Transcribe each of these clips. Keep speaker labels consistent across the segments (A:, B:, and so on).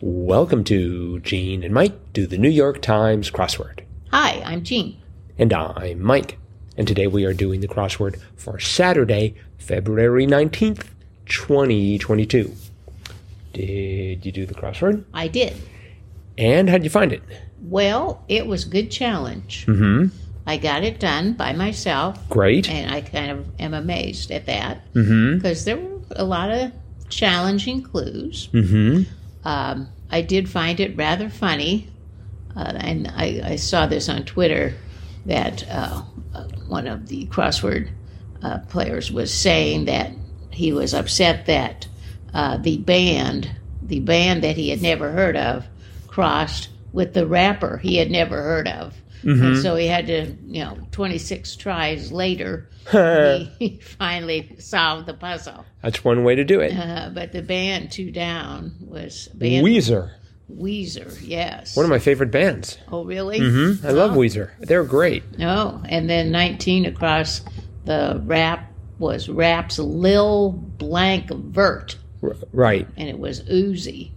A: Welcome to Gene and Mike do the New York Times crossword.
B: Hi, I'm Jean.
A: And I'm Mike. And today we are doing the crossword for Saturday, February 19th, 2022. Did you do the crossword?
B: I did.
A: And how'd you find it?
B: Well, it was good challenge.
A: Mm hmm.
B: I got it done by myself,
A: Great.
B: and I kind of am amazed at that
A: Mm
B: because there were a lot of challenging clues.
A: hmm. Mm
B: Um, I did find it rather funny, uh, and I, I saw this on Twitter that uh, one of the crossword uh, players was saying that he was upset that uh, the band, the band that he had never heard of, crossed with the rapper he had never heard of. And so he had to, you know, 26 tries later,
A: hmm.
B: he, he finally solved the puzzle.
A: That's one way to do it.
B: Uh, but the band Two Down was band
A: Weezer.
B: Weezer, yes.
A: One of my favorite bands.
B: oh, really?
A: Mm-hmm. I love
B: Oh.
A: Weezer. They're great.
B: No. And then 19 across the rap was Rap's Lil Blank Vert,
A: R- right.
B: and it was Uzi.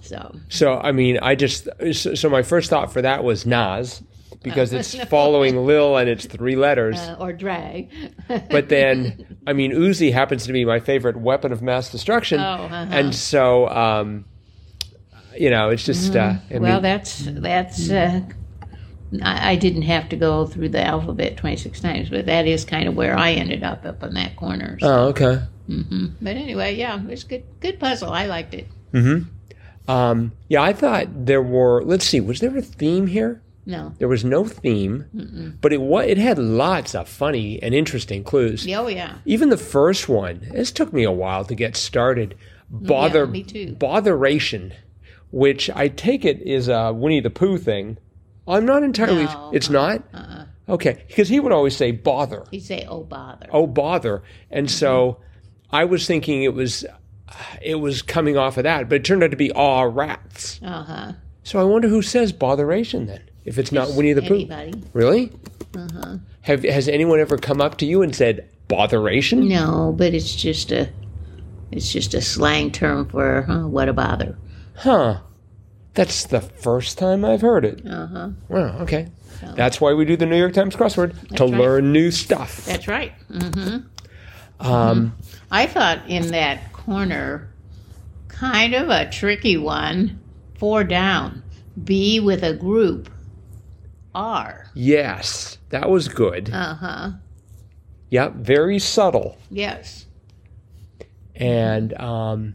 B: So,
A: So I mean, I just so so my first thought for that was Nas because
B: Oh,
A: it's
B: no.
A: following Lil and it's three letters.
B: uh, or drag.
A: But then, I mean, Uzi happens to be my favorite weapon of mass destruction,
B: Oh, uh-huh.
A: and so um, you know, it's just uh, I
B: Mm-hmm. well,
A: mean,
B: that's, that's, uh, I I didn't have to go through the alphabet 26 times, but that is kind of where I ended up, up on that corner. So.
A: oh okay.
B: hmm But anyway, yeah, it was good, good puzzle. I liked it.
A: Um, yeah, I thought there were. Let's see, was there a theme here?
B: No.
A: There was no theme, but it wa- it had lots of funny and interesting clues.
B: Oh, yeah.
A: even the first one this took me a while to get started bother
B: me too.
A: botheration which i take it is a winnie the pooh thing i'm not entirely
B: No.
A: it's not
B: Uh-uh.
A: okay because he would always say bother
B: He'd say, oh, bother.
A: oh bother and so
B: Mm-hmm.
A: i was thinking it was uh, it was coming off of that but it turned out to be ah rats
B: Uh huh.
A: so i wonder who says botheration then if it's not winnie the pooh
B: Anybody? Uh-huh.
A: really Have, has anyone ever come up to you and said botheration
B: No, but it's just a it's just a slang term for huh, what a bother.
A: Huh. That's the first time I've heard it.
B: Uh huh.
A: Wow, okay. That's why we do the New York Times crossword to
B: right.
A: learn new stuff.
B: That's right. Mm-hmm. Um, I thought in that corner, kind of a tricky one. Four down. B with a group. R.
A: Yes, that was good.
B: Uh huh.
A: Yep, very subtle.
B: Yes.
A: And um,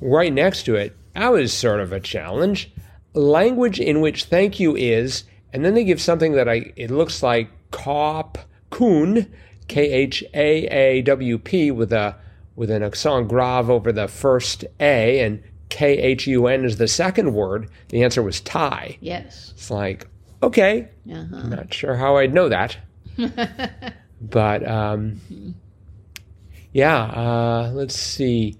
A: right next to it, that was sort of a challenge. Language in which thank you is, and then they give something that I it looks like cop coon, K H A A W P with a with an accent grave over the first A and K H U N is the second word. The answer was tie.
B: Yes.
A: It's like, okay,
B: Uh huh.
A: not sure how I'd know that. but um, yeah, uh, let's see.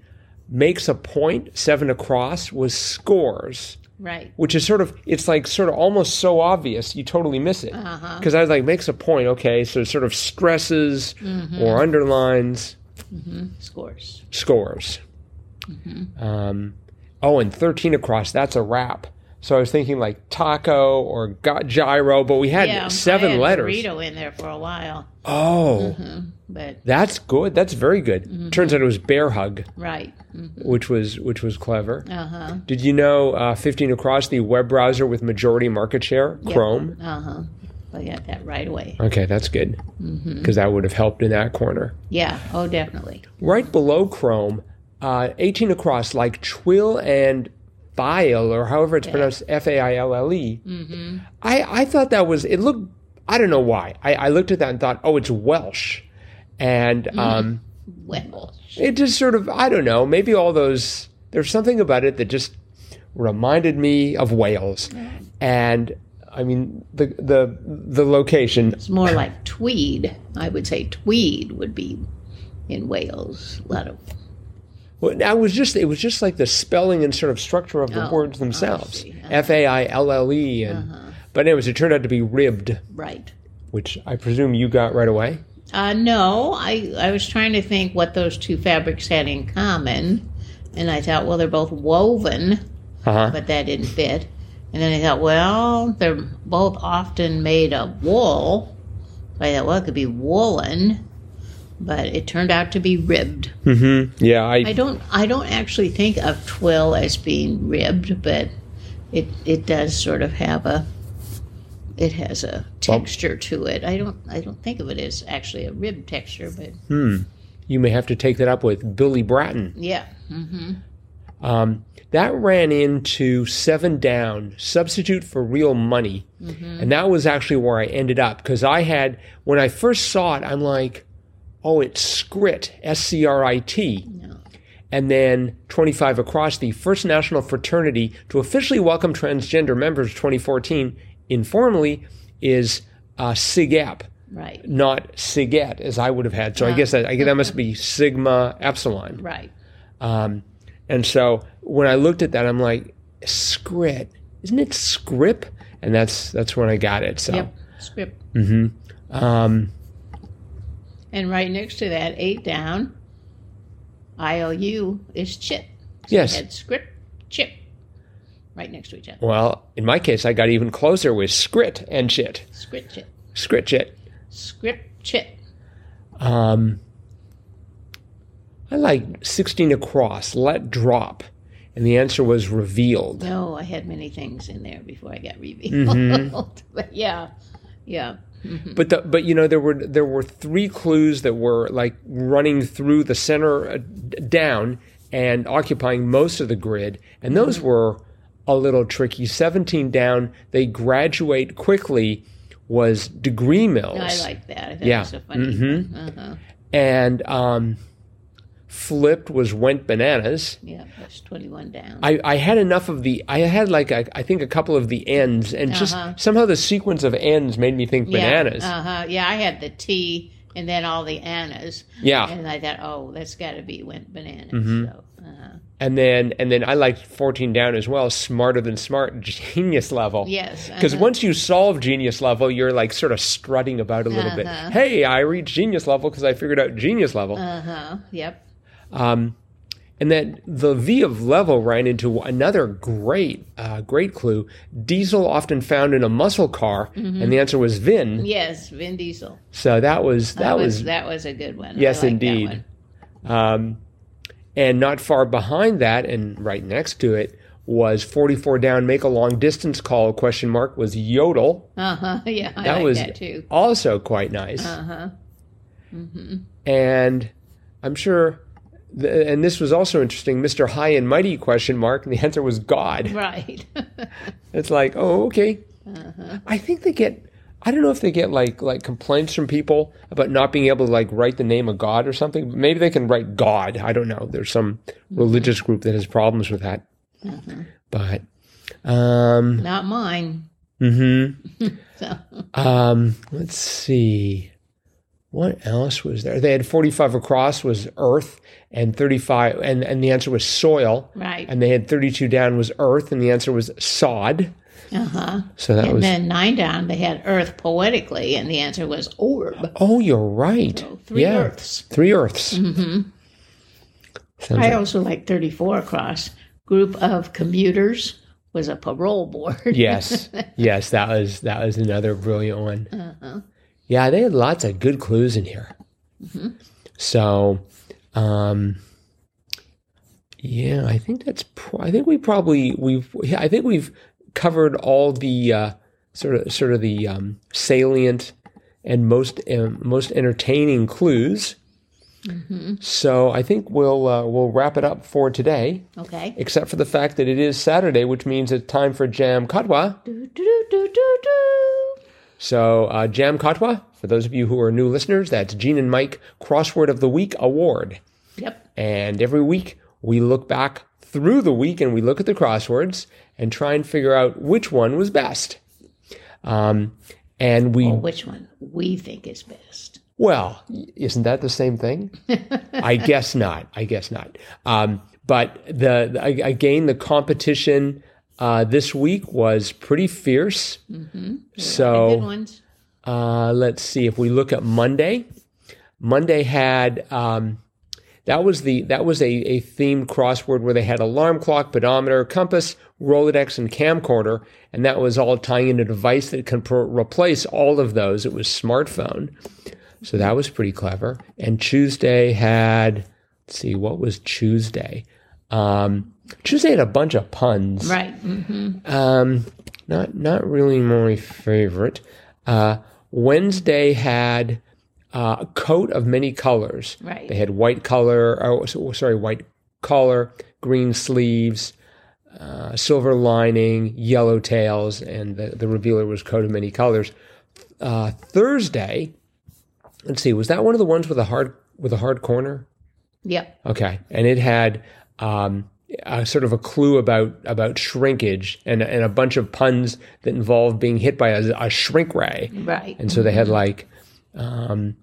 A: Makes a point, seven across was scores,
B: Right.
A: which is sort of, it's like sort of almost so obvious you totally miss it.
B: Uh-huh.
A: Because I was like, makes a point, okay, so it sort of stresses
B: Mm-hmm.
A: or underlines
B: Scores.
A: scores.
B: Mm-hmm.
A: Um, oh, and 13 across, that's a wrap. So I was thinking like taco or gy- gyro, but we had
B: Yeah.
A: seven
B: I had
A: letters.
B: Burrito in there for a while,
A: Oh,
B: but
A: that's good. That's very good. Turns out it was bear hug,
B: right.
A: which was which was clever.
B: Uh huh.
A: Did you know uh, 15 across the web browser with majority market share, Chrome?
B: Uh huh. I got that right away.
A: Okay, that's good because that would have helped in that corner.
B: Yeah. Oh, definitely.
A: Right below Chrome, uh, 18 across, like Twill and File, or however it's pronounced, F A I L L E. I I thought that was, it looked, I don't know why. I, I looked at that and thought, oh, it's Welsh. And um,
B: Well,
A: it just sort of, I don't know, maybe all those, there's something about it that just reminded me of Wales. And I mean, the, the, the location,
B: it's more like tweed. I would say tweed would be in Wales. A lot of
A: Well, I was just it was just like the spelling and sort of structure of the
B: Oh,
A: words
B: I
A: themselves.
B: see. Uh-huh.
A: F A I L L E and but anyways, it turned out to be ribbed,
B: right.
A: which I presume you got right away.
B: Uh, no, I I was trying to think what those two fabrics had in common, And I thought, well, they're both woven,
A: Uh huh.
B: but that didn't fit. And then I thought, well, they're both often made of wool. So I thought, well, it could be woolen, but it turned out to be ribbed.
A: Mm hmm. Yeah.
B: I
A: I.
B: don't I don't actually think of twill as being ribbed, but it it does sort of have a it has a texture to it. I don't I don't think of it as actually a rib texture, but
A: You may have to take that up with Billy Bratton.
B: yeah. hmm
A: Um, that ran into Seven Down, Substitute for Real Money. And that was actually where I ended up because I had, when I first saw it, I'm like, oh, it's Scrit, S C R I T.
B: No.
A: And then 25 Across, the first national fraternity to officially welcome transgender members 2014 informally is uh, SIGAP,
B: Right.
A: not SIGET, as I would have had. So I guess that, I guess that must be Sigma Epsilon.
B: Right.
A: Um, and so when I looked at that, I'm like, script, isn't it script? And that's that's when I got it. So Mm-hmm.
B: Yep. Script.
A: um,
B: And right next to that, eight down, I O U is chip. So
A: Yes.
B: That's script chip. Right next to each other.
A: well, in my case, I got even closer with scrit and shit,
B: Script chip.
A: scrit shit.
B: Script chip.
A: Um, I like 16 across, let drop, and the answer was revealed.
B: No, I had many things in there before I got revealed.
A: Mm-hmm.
B: but yeah, yeah,
A: But the, but you know there were there were three clues that were like running through the center uh, d- down and occupying most of the grid, and those were a little tricky. Seventeen down, they graduate quickly. Was degree mills
B: I like that. I thought
A: Yeah.
B: it was so funny.
A: Mhm.
B: Uh-huh.
A: and um, flipped was went bananas.
B: Yeah, that's twenty-one down.
A: I, I had enough of the I had like a, I think a couple of the ends and
B: Uh-huh.
A: just somehow the sequence of ends made me think bananas.
B: Yeah, uh-huh. yeah, I had the T and then all the annas,
A: yeah.
B: and I thought, oh, that's got to be went bananas.
A: Mm-hmm.
B: So, uh-huh.
A: and then and then I liked 14 down as well, smarter than smart, genius level.
B: yes,
A: Because
B: uh-huh.
A: once you solve genius level, you're like sort of strutting about a little
B: Uh-huh.
A: bit. Hey, I reached genius level because I figured out genius level.
B: uh-huh, yep,
A: Um, and then the V of level ran into another great, uh, great clue. Diesel often found in a muscle car,
B: Mm-hmm.
A: and the answer was VIN.
B: yes, Vin Diesel.
A: So that was that, was,
B: that was a good one. I
A: Yes,
B: like that
A: indeed.
B: one.
A: Um, and not far behind that, and right next to it, was 44 down, make a long distance call, question mark, was Yodel.
B: Uh-huh, yeah, I
A: That
B: like
A: was
B: that too.
A: also quite nice.
B: Uh-huh. Mm-hmm.
A: And I'm sure, th- and this was also interesting, Mr. High and Mighty, question mark, and the answer was God.
B: Right.
A: It's like, oh, okay.
B: Uh-huh.
A: I think they get, I don't know if they get like like complaints from people about not being able to like write the name of God or something. Maybe they can write God. I don't know. There's some
B: Mm-hmm.
A: religious group that has problems with that. But um
B: Not mine.
A: mhm.
B: So,
A: um let's see. What else was there? They had 45 across was earth and 35 and and the answer was soil.
B: right.
A: And they had 32 down was earth and the answer was sod.
B: Uh-huh.
A: So that
B: and
A: was
B: then nine down, they had Earth poetically, and the answer was orb.
A: Oh, you're right.
B: So three
A: yeah.
B: Earths. Mm-hmm.
A: Three Earths. Sounds
B: I
A: like-
B: also like 34 across. Group of commuters was a parole board.
A: yes, yes, that was that was another brilliant one. Yeah, they had lots of good clues in here. So, um, yeah, I think that's. Pro- I think we probably we've. yeah, I think we've covered all the uh, sort of sort of the um, salient and most um, most entertaining clues. So I think we'll uh, we'll wrap it up for today,
B: Okay.
A: except for the fact that it is Saturday, which means it's time for Jam Katwa.
B: Do, do, do, do, do, do.
A: So, uh, Jam Katwa, for those of you who are new listeners, that's Gene and Mike Crossword of the Week Award.
B: Yep.
A: And every week we look back through the week and we look at the crosswords and try and figure out which one was best. Um, and we,
B: Which one we think is best.
A: well, isn't that the same thing? I guess not. I guess not. Um, but the, the a- again, the competition uh, this week was pretty fierce. So
B: Good ones.
A: uh, let's see if we look at Monday. Monday had um, That was the that was a, a themed crossword where they had alarm clock, pedometer, compass, Rolodex, and camcorder, and that was all tying in a device that can pro- replace all of those. It was smartphone, so that was pretty clever. And Tuesday had let's see what was Tuesday. Um, Tuesday had a bunch of puns.
B: Right. Mm-hmm.
A: Um, not not really my favorite. Uh, Wednesday had uh, a coat of many colors.
B: Right.
A: They had white color. Oh, so- sorry, white collar, green sleeves, uh, silver lining, yellow tails, and the, the revealer was coat of many colors. Uh, Thursday, let's see, was that one of the ones with a hard with a hard corner?
B: Yep.
A: Okay, and it had um, a sort of a clue about about shrinkage and and a bunch of puns that involved being hit by a, a shrink ray,
B: Right.
A: and so they had like um,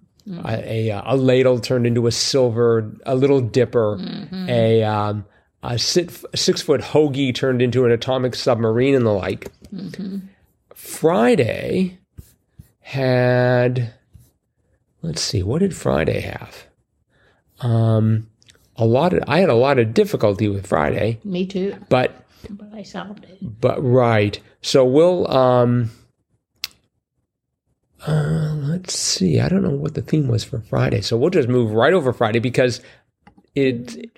A: a, a a ladle turned into a silver, a little dipper, a um, a six, six foot hoagie turned into an atomic submarine, and the like. Friday had let's see, what did Friday have? Um, a lot of I had a lot of difficulty with Friday,
B: Me too.
A: but
B: But I solved it.
A: but right. So we'll um, uh, let's see. I don't know what the theme was for Friday, so we'll just move right over Friday because it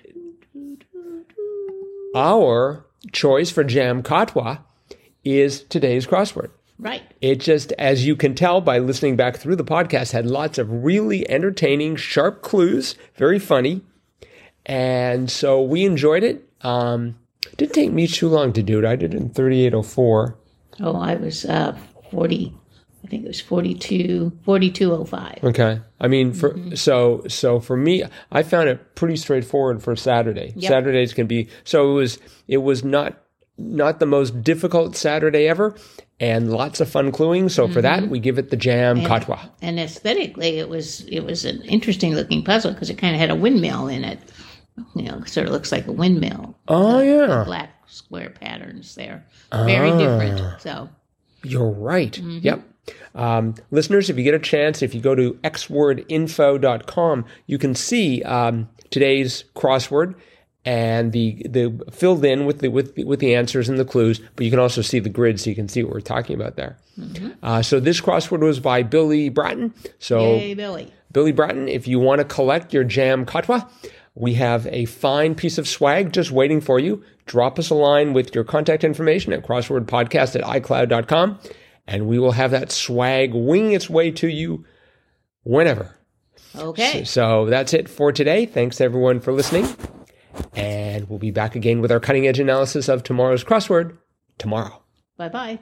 A: our choice for Jam Katwa is today's crossword.
B: Right.
A: It just, as you can tell by listening back through the podcast, had lots of really entertaining, sharp clues, very funny. And so we enjoyed it. Um, didn't take me too long to do it. I did it in 3804.
B: Oh, I was uh, 40. I think it was oh 42, 4205.
A: Okay. I mean, for so so for me, I found it pretty straightforward for Saturday. Saturdays can be so it was it was not not the most difficult Saturday ever, and lots of fun cluing. So for that, we give it the jam katwa.
B: And aesthetically, it was it was an interesting looking puzzle because it kind of had a windmill in it. You know, sort of looks like a windmill.
A: Oh yeah.
B: Black square patterns there. Very different. So,
A: You're right. Yep. Um, listeners, if you get a chance, if you go to xwordinfo.com, you can see um, today's crossword and the the filled in with the with the, with the answers and the clues. But you can also see the grid, so you can see what we're talking about there. Uh, so this crossword was by Billy Bratton. So
B: hey, Billy.
A: Billy Bratton, if you want to collect your jam katwa, we have a fine piece of swag just waiting for you. Drop us a line with your contact information at crosswordpodcast at iCloud.com, and we will have that swag winging its way to you whenever.
B: Okay.
A: So that's it for today. Thanks everyone for listening, and we'll be back again with our cutting edge analysis of tomorrow's crossword tomorrow.
B: Bye bye.